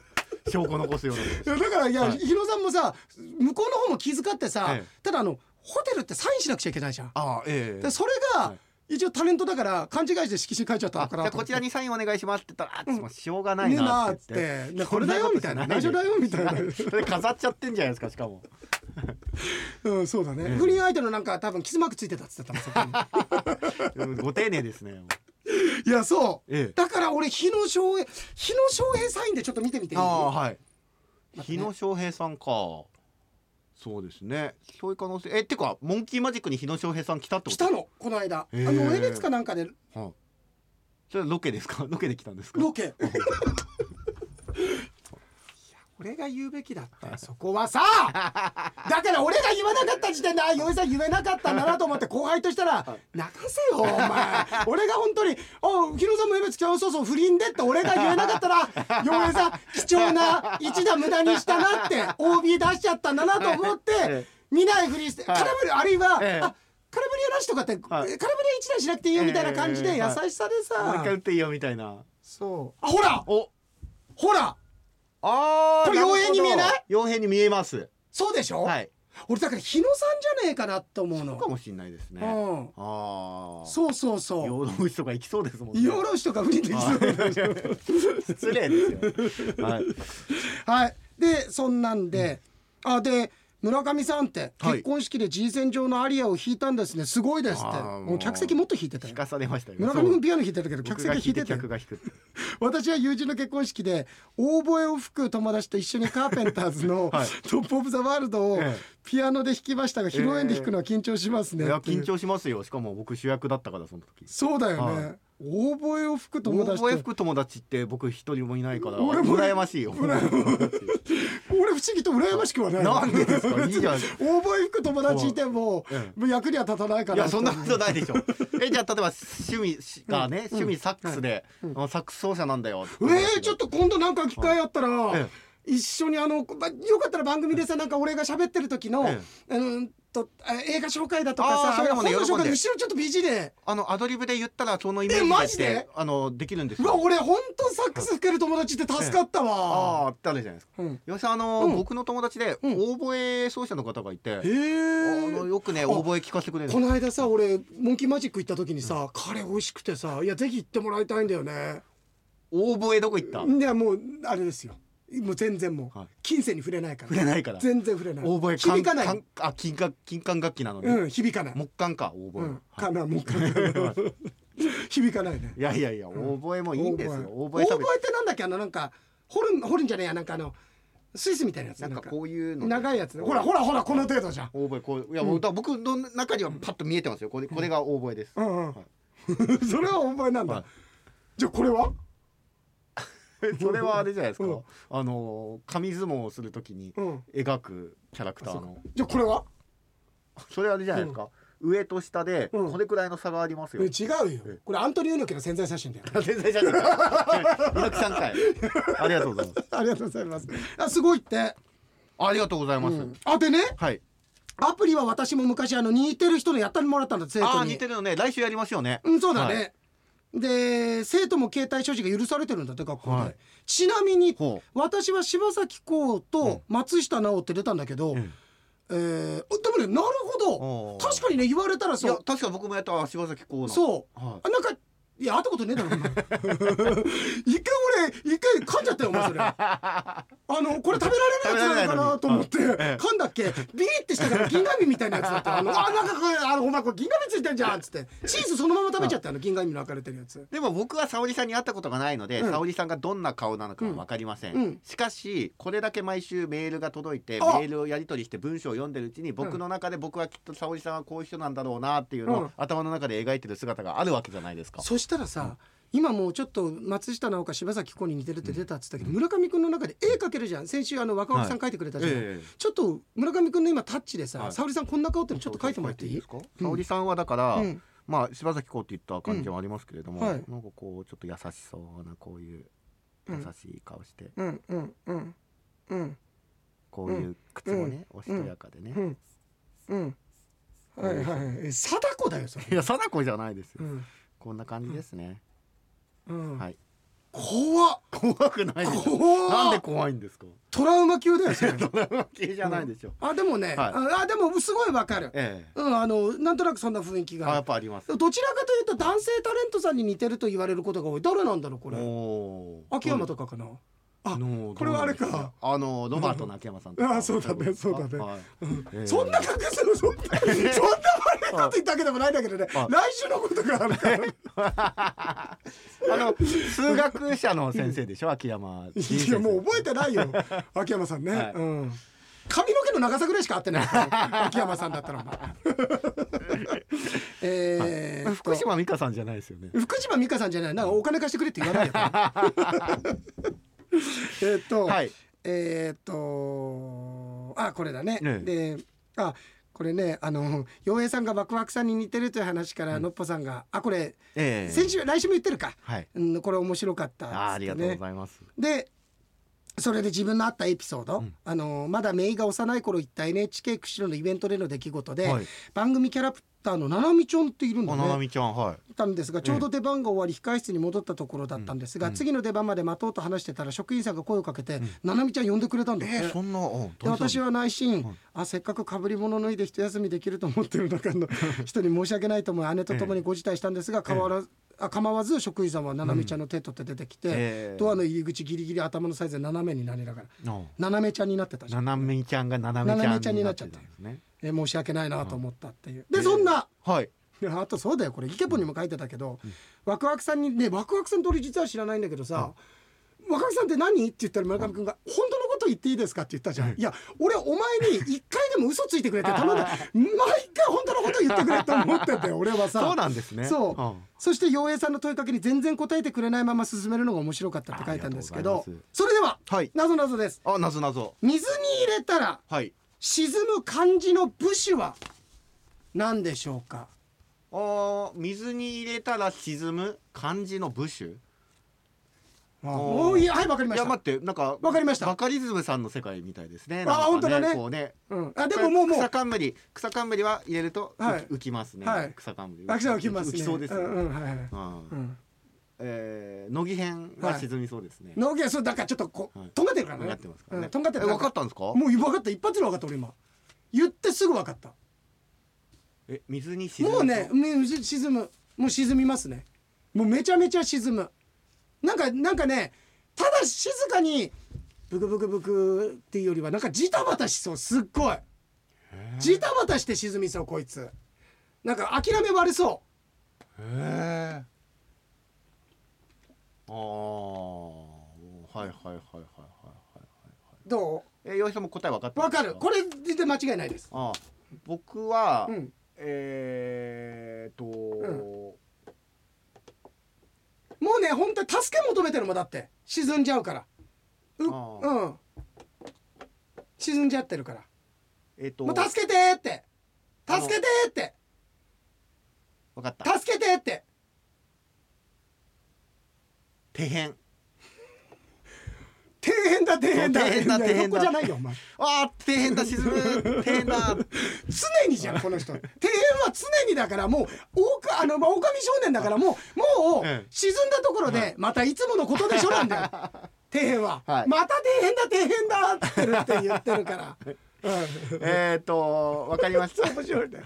証拠残すようなこと
いやだからいや、
はい
日野さんもさ向こうの方も気遣ってさ、
ええ
ただあのホテルってサインしなくちゃいけないじゃん、
ああええ
でそれが、
は
一応タレントだから勘違いして色紙書いちゃったの
あ
か
じ
な
ゃ
と
あこちらにサインお願いしますって言ったら、あ
うん
もうしょうがない
ねえな
な
ー
っ
って
言って、
てねこれだよみたいな内緒だよみたいな、
それ飾っちゃってんじゃないですかしかも
うん、そうだね、
ええ
不倫相手のなんか多分キスマークついてたっつってたもんそこ に
うんご丁寧ですねもう
いやそう、
ええ
だから俺日野翔平日野翔平サインでちょっと見てみていい
ああはい
またね
日野翔平さんかそうですねそういう可能性えってかモンキーマジックに日野翔平さん来たってこ
来
と
たのこの間、
へえ
あの江別かなんかで
はい それはロケですかロケで来たんですか
ロケ
こ
俺が言うべきだってそこ はさだから俺が言わなかった時点であ洋井さん言えなかったんだなと思って後輩としたら「泣かせよお前俺が本当に「あ日野さんもやめつきそうそう不倫で」って俺が言えなかったら 洋井さん貴重な一打無駄にしたなって OB 出しちゃったんだなと思って見ないふりして空振りあるいは、
ええ
あ空振りはなしとかって、空振りは一台しなくていいよみたいな感じで
ええ
優
はい
しさで
もう一
さ、
回打っていいよみたいな
そうあほら
お
ほら
あー
これ傭兵に見えない
るほど傭兵に見えます
そうでしょ、
はい
俺だから日野さんじゃねえかなって思う
そ
の
うかもしんないですね
うん
ああ
そうそうそう
養老牛とか行きそうですもんね
よろしとか無理できそう
失礼ですよはい
はいでそんなんで、あで村上さんって
はい
結婚式で G 戦場のアリアを弾いたんですねすごいですって
あー
も
も
う
う
客席もっと弾いてたよ
聞かされましたよ
村上君ピアノ弾いてたけど客
客
席
が
は
引
弾い
い
て
て
たよ
客が引く
私は友人の結婚式でオーボエを吹く友達と一緒にカーペンターズの
はい
「トップ・オブ・ザ・ワールド」を
ええ
ピアノで弾きましたが披露宴で弾くのは緊張します
い
ね
や
っていう
緊張しますよしかも僕主役だったからその時
そうだよ
は
ねオーボエを吹く友
大
達
声吹
と
く友達って僕一人もいないから
俺も
羨ましいよ
俺不思議と羨ましくはない
なんでですかいいじゃん
オーボエ吹く友達いても
え
もう役には立たないか
い
ら
やそんなことないで しょえじゃあ例えば趣味がね趣味サックスであのサックス奏者なんだよ
えー、ちょっと今度なんか機会あったら、
え
一緒にあの、ま、よかったら番組でさなんか俺が喋ってる時の、
え
あのとあ映画紹介だとか
あ
さ
ーそういうのもね
本の紹
喜ん
介
で
後ろちょっとビジで
あのアドリブで言ったらそのイメー
え
ジ
マ
で
ジ
し
で
てあのできるんです
うわ
よ
俺ほんとサックス吹ける友達って助かった
あ
わ、
あってあるじゃないですか
うん、
よしあの、
うん
僕の友達で
うん
オーボエ奏者の方がいて、
へ
あの
え
よくね
あ
オーボエ聞かせてくれる
こ
の
の間さ俺モンキーマジック行った時にさ、カレー美味しくてさいやぜひ行ってもらいたいんだよね
オーボエどこ行った
いやもうあれですよもう全然もう、
はい
金銭に触れないから
触れないから
全然触れない
オーボエ
響かない
管管あ金管金管楽器なのに、
うん響かない
木管かオーボエ、
うん、
はい
かなもうかな 響かないね
いやいやいや、オーボエもいいんですよオーボエ
オー
食べ
ボエってなんだっけあのなんか掘るん掘るんじゃねえやなんかあのスイスみたいなやつ
なんか
なん
こういう
か
の
長いやつねほらほらほらこの程度じゃん
オーボエこういや、僕僕の中にはパッと見えてますよこれこれがオーボエです、
うんうん
はい
それはオーボエなんだ、
はい
じゃあこれは
それはあれじゃないですか、
うん
あの紙相撲をするときに
うん
描くキャラクターの
じゃあこれは
それあれじゃないですか、上と下で
うん
これくらいの差がありますよ、
え違うよこれアントニオ猪木の潜在写真だよ
全然じゃねえか猪木さん かい ありがとうございます
ありがとうございますあすごいって、
ありがとうございます、
あでね
はい
アプリは私も昔あの似てる人のやったりもらったんだ生
あ
徒
ー
に
似てるのね来週やりましょうね
うん、そうだ
は
ね。で、生徒も携帯所持が許されてるんだって、学校で。
はい
ちなみに
ほ、
私は柴咲コウと松下奈緒って出たんだけど、
ん
えーあでもね、なるほど。
おー
確かにね、言われたら
いや
そう。
確か僕もやったわ柴咲コウのう
そう。
は
あなんか、いや、会ったことねえだ ろ、お前一回俺、一回噛んじゃったよ、お前それ。あの、これ食べられないやつなのかなと思って、噛んだっけ、ビリってしたから銀紙みたいなやつだった。あの、あ、なんかこれ、あの、お前これ銀紙ついてんじゃんっつって。チーズそのまま食べちゃったよあの、銀紙の開かれてるやつ。
いでも僕は沙織さんに会ったことがないので、
うん
沙織さんがどんな顔なのかは分かりません、
うんうん
しかしこれだけ毎週メールが届いてメ
あ
ールをやり取りして文章を読んでるうちに僕の中で僕はきっと沙織さんはこういう人なんだろうなっていうのを、
うん
頭の中で描いてる姿があるわけじゃないですか
そしたらさ、今もうちょっと松下奈緒か柴咲コウに似てるって出たっつったけど、村上君の中で絵描けるじゃん先週あの若尾さん描いてくれたじゃん、
ええ
ちょっと村上君の今タッチでさ、
はい
沙織さんこんな顔ってのちょっと描いてもらっていい
ですか沙織さんはだから、
うん
まあ柴咲コウって言った感じはありますけれども、
うんはい
なんかこうちょっと優しそうなこういう
う
優
ん
しい顔して、
うんうんうんうん
こういう靴もね、おしとやかでね、
うんうんはいはいはい貞子だよそれ
いや貞子じゃないですよ、
うん
こんな感じですね、
うん、
はい
怖っ
怖くないでしょ
怖っ
なんで怖いんですか
トラウマ級だよそれ
系じゃないでしょ、
あでもね、
はい
ああでもすごいわかる、
ええ
うんあのなんとなくそんな雰囲気が
あやっぱあります
どちらかというと男性タレントさんに似てると言われることが多い誰なんだろうこ
お
れ
おー
秋山とかかなあ
の
これはあれか
どうなんですあのロバートの秋山さんと
うん
か
あそうだねそうだね
はいええ
そんな隠すの そんなそんな悪いこと言ったわけでもないんだけどね来
あ
週のことがあるから
あの数学者の先生でしょ秋山先
い
生
やもう覚えてない よ秋山さんね、
はい
うん髪の毛の長さぐらいしか合ってないから秋山さんだ ったらお前えーっと
福島美香さんじゃないですよね
福島 美香さんじゃないなんかお金貸してくれって言わないよえーっと、
はい
えーっとあこれだね、
え
であこれねあの洋平さんがワクワクさんに似てるという話から、
うん
のっぽさんがあこれ
ええ
先週来週も言ってるか、
はい
うん、これ面白かったっつってね
あーありがとうございます
でそれで自分のあったエピソード、
うん
あのまだメイが幼い頃行った NHK 釧路のイベントでの出来事で、
はい
番組キャラクターのななみちょんっているんだ
あなな
ね
みちゃんはい
いたんですがちょうど出番が終わり控室に戻ったところだったんですが、
うん
次の出番まで待とうと話してたら職員さんが声をかけて、
うん
ななみちゃん呼んでくれたんだって、
えー、そんなうん
で私
は
は内心、
はい
あせっかくかぶり物脱いで一休みできると思ってる 中の人に申し訳ないと思い姉と共にご辞退したんですが、変わらずあ構わず職員さんはななみちゃんの手取って出てきて、
ええ
ドアの入り口ギリギリ頭のサイズで斜めになりながら
うん
斜めちゃんになってたじゃ、
なんなみちゃんがななみちゃんんですね
え申し訳ないなと思ったっていう、
え
で
え
そんな、
はい
あとそうだよこれイケポにも書いてたけど、
うん
ワクワクさんにねワクワクさんと俺実は知らないんだけどさ、ワクワクさんって何って言ったら村上君が「本当のこと言っていいですか?」って言ったじゃん、いや俺お前に一回でも嘘ついてくれって頼ん だ毎回本当のこと言ってくれって思ってて俺はさ
そうなんですね
そうんそして陽平さんの問いかけに全然答えてくれないまま進めるのが面白かったって書いたんですけ
あり
ど
がとうございま
それでは
はい
なぞなぞです
あなぞなぞ
水に入れたら
はい
沈む漢字の部首は何でしょうか
あー水に入れたら沈む漢字の部首おー
おーいやはいわかりま
い
した
や待ってなんか
わかりました
バカリズムさんの世界みたいですね
あ
なんか
本当だね
こうね
うん、あでももうもう
草冠草冠は入れると
はい
浮きますね、
はい
草冠
アクションが来ます
浮
ね
きそうです、ね
うんうんはいはい
うん
うん
えー、乃木編は沈みそうですね、
農業そうだからちょっとこう、
はい
とんがってるから
分
ね
かってますからね、
うんとんがってる
え
ら
分かったんですか
もう分かった一発で分かった俺今言ってすぐ分かった
え水に沈む
も
と
うねねし沈むもう沈みますねもうめちゃめちゃ沈むなんかなんかねただ静かにブクブクブクっていうよりはなんかジタバタしそうすっごい
へー
ジタバタして沈みそうこいつなんか諦め悪そ
へえああはいはいはいはいはいはいう
ど
え洋平さんも答え分かっ
う
たん
分
です
かるこれで間違いないです
ああ僕は、
うん
えーっと、
うもうね本当に助け求めてるもんだって沈んじゃうからう
あー
うん沈んじゃってるから
えーっと
もう助けてーって助けてーって
分かった
助けてーって
底辺
底辺だ底辺だ
底辺だ
いや
底辺だ
横じゃないよお前
あー底辺だ沈 む底辺だ
常にじゃんこの人底辺は常にだからもうおかあのまあ狼少年だからもうもう
ええ
沈んだところでまたいつものことでしょなんだよ底辺は、
はい
また底辺だ底辺だって言ってるからうん
えーっと分かりました
面白いね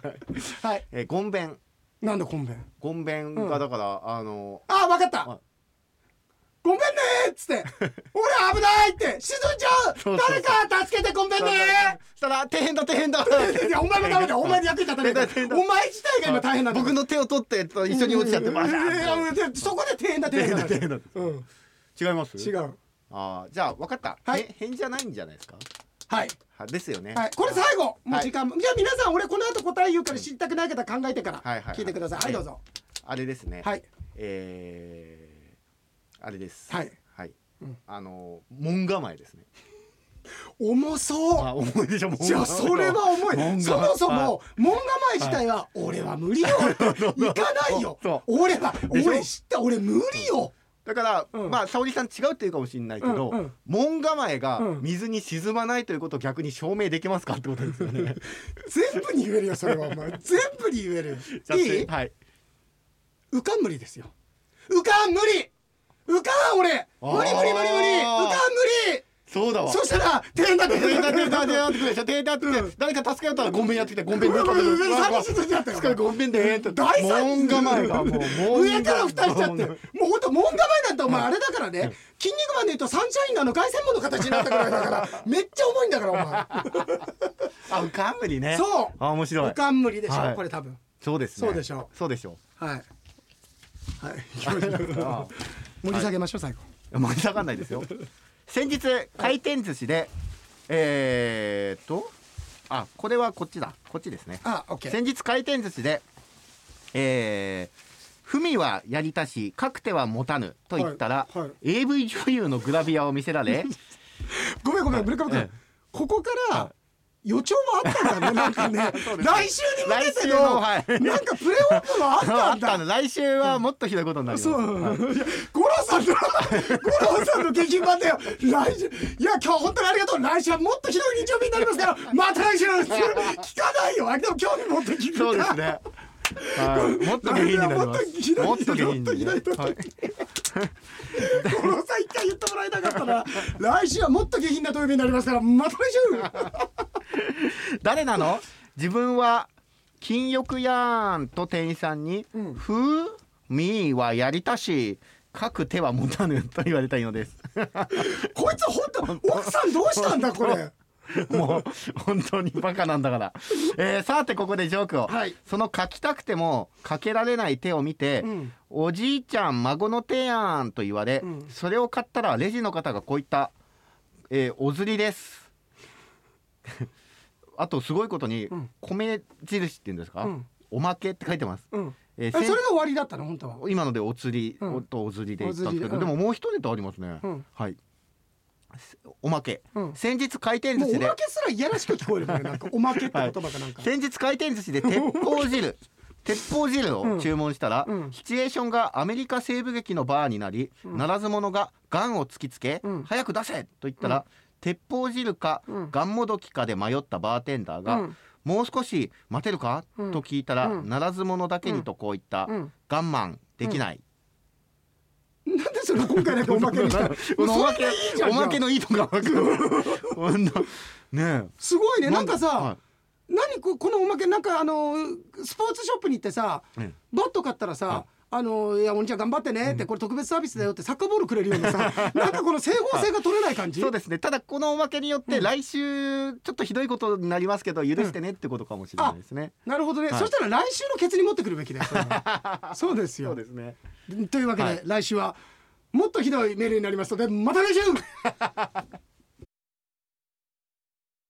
はい
えー、ゴンベン
なんだコンベン
ゴンベン
うん
がだから、あの
あ分かった
はい
ごめんねーっつ って「俺危ない!」って沈んじゃう
そうそうそう
誰か助けてごめんねー
したら底辺だ底 辺だ
いやお前もダメだよお前で役に立たないから
大変だ
お前自体が今大変なんだ
僕の手を取ってと一緒に落ちちゃってバシャ
いやいや
ン
いやそこで底辺だ底 辺だ
底辺だ底
う
辺
ん
違います
違う
あーじゃあ分かった、
はい
へ変じゃないんじゃないですか
はい
はですよね
はいこれ最後もう
はい
時間もじゃあ皆さん俺この後答え言うから知りたくない方考えてから
はいはいはい
聞いてくださいはいどうぞ
あれですね
はい
えー、あれです
はい、
はい
うん
あの門構えですね
重そう
あ重いでしょ門構え
じゃあそれは重
門構
い
え
そもそも門構え自体は俺は無理よ行かないよ
そ
俺は
でしょ
俺知った俺無理よ
だから、
うん
まあ沙織さん違うっていうかもしれないけど、
うんうん
門構えが
うん
水に沈まないということを逆に証明できますかってことですよ ね。
全部に言えるよそれは お前全部に言える
じゃあ
いい
はい。
浮かん無理ですよ浮かん無理浮かん俺
あー
無理無理無理無理浮かん無理
そうだわ。
そしたら手になって
デ
く
ー
る
タデータデータってくるでしょ。データってくるでしょ誰か助けようとしたらごめんやってきてごめんで。
寂しくなっちゃったよ
助け ごめんで。
大
門
惨事
構えがもう
上から蓋しちゃってもうほんと門構えなんてお前あれだからね「筋肉マン」で言うとサンシャインのあの凱旋門の形になったぐらいだからめっちゃ重いんだから
あ浮かんぶり
お
ね。
前そう
あ面白い
浮。かん無理でし
は
ょ
い
これ多分
そうですね。
そうでしょ
そうでしょ。
はいはい
あ
盛り下げましょう最後
盛り下がんないですよ先日回転寿司で、えー、っとあこれはこっちだこっちですね
あオッケー
先日回転寿司でえー文はやりたし、かくては持たぬと言ったら、
はいはい
AV 女優のグラビアを見せられ、
ごめんごめん村上君
え
ここから予兆もあったんだねなんかね
そうです
来週に向けて
来週の
の
はい
なんかプレーオフもあっ
あ
た
っ
んだ
たんだ来週はもっとひどいことになります
そう、いや五郎さんの五郎さんの激版だよ来週いや今日本当にありがとう来週はもっとひどい日曜日になりますからまた来週なんですよ聞かないよあでも興味持って聞く
そうですね。はいもっと下品になります。
もっと下品になります
もっと下品にねはい
五郎さん一回言ってもらいたかったな来週はもっと下品な土曜日になりますからまた来
誰なの？自分は金欲やーんと店員さんに、
うん
ふーみーはやりたし。書く手は持たぬと言われたいのです。
週こいつ本当奥さんどうしたんだこれ
もう本当にバカなんだから。えー、さてここでジョークを。
はい
その書きたくても書けられない手を見て、
うん
おじいちゃん孫の手やんと言われ、
うん
それを買ったらレジの方がこういった、えーお釣りです。 あとすごいことに、
ん
米印っていうんですか、
うん
おまけって書いてます。
うん
え
え
ー
それ
せん
が終わりだったの本当は
今のでお釣り、
うん
おとお釣りで言ったんですけど、
お釣り
で
でう
も
ん
もう一ネタありますね。
うん
はい。おまけ、
うん
先日回転
もう
寿
お
司で
まけすらいやらしく聞こえるからなんかおまけって言葉がなんか、
先日回転寿司で鉄 砲汁鉄砲汁を注文したら、
うんうん
シチュエーションがアメリカ西部劇のバーになり、ならず者がガンを突きつけ、
うん
早く出せと言ったら、鉄砲汁か、
うん
ガンもどきかで迷ったバーテンダーが、
うん
もう少し待てるか、
うん
と聞いたら、
うん
ならず者だけにとこう言った、
うん
ガンマンできない、
なんでそれ今回なんかおま けにしたの
この
も
お
う
ま
それ
け
でいいじゃん
おまけのいいとこが分 かるこんなね
すごい
え
ねなんかさ、
はい
何ここのおまけなんかあのスポーツショップに行ってさ、
うん
バット買ったらさ、
はい
あのいやお兄ちゃん頑張ってねって、これ特別サービスだよってサッカーボールくれるようなさ なんかこの整合性が取れない感じ、
そうですねただこのおまけによって来週ちょっとひどいことになりますけど許してねってことかもしれないですね、
なるほどね、
はい
そしたら来週のケツに持ってくるべきだよそれ はそうですよ
そうですね
というわけで、
はい
来週はもっとひどいメールになりますのでまた来週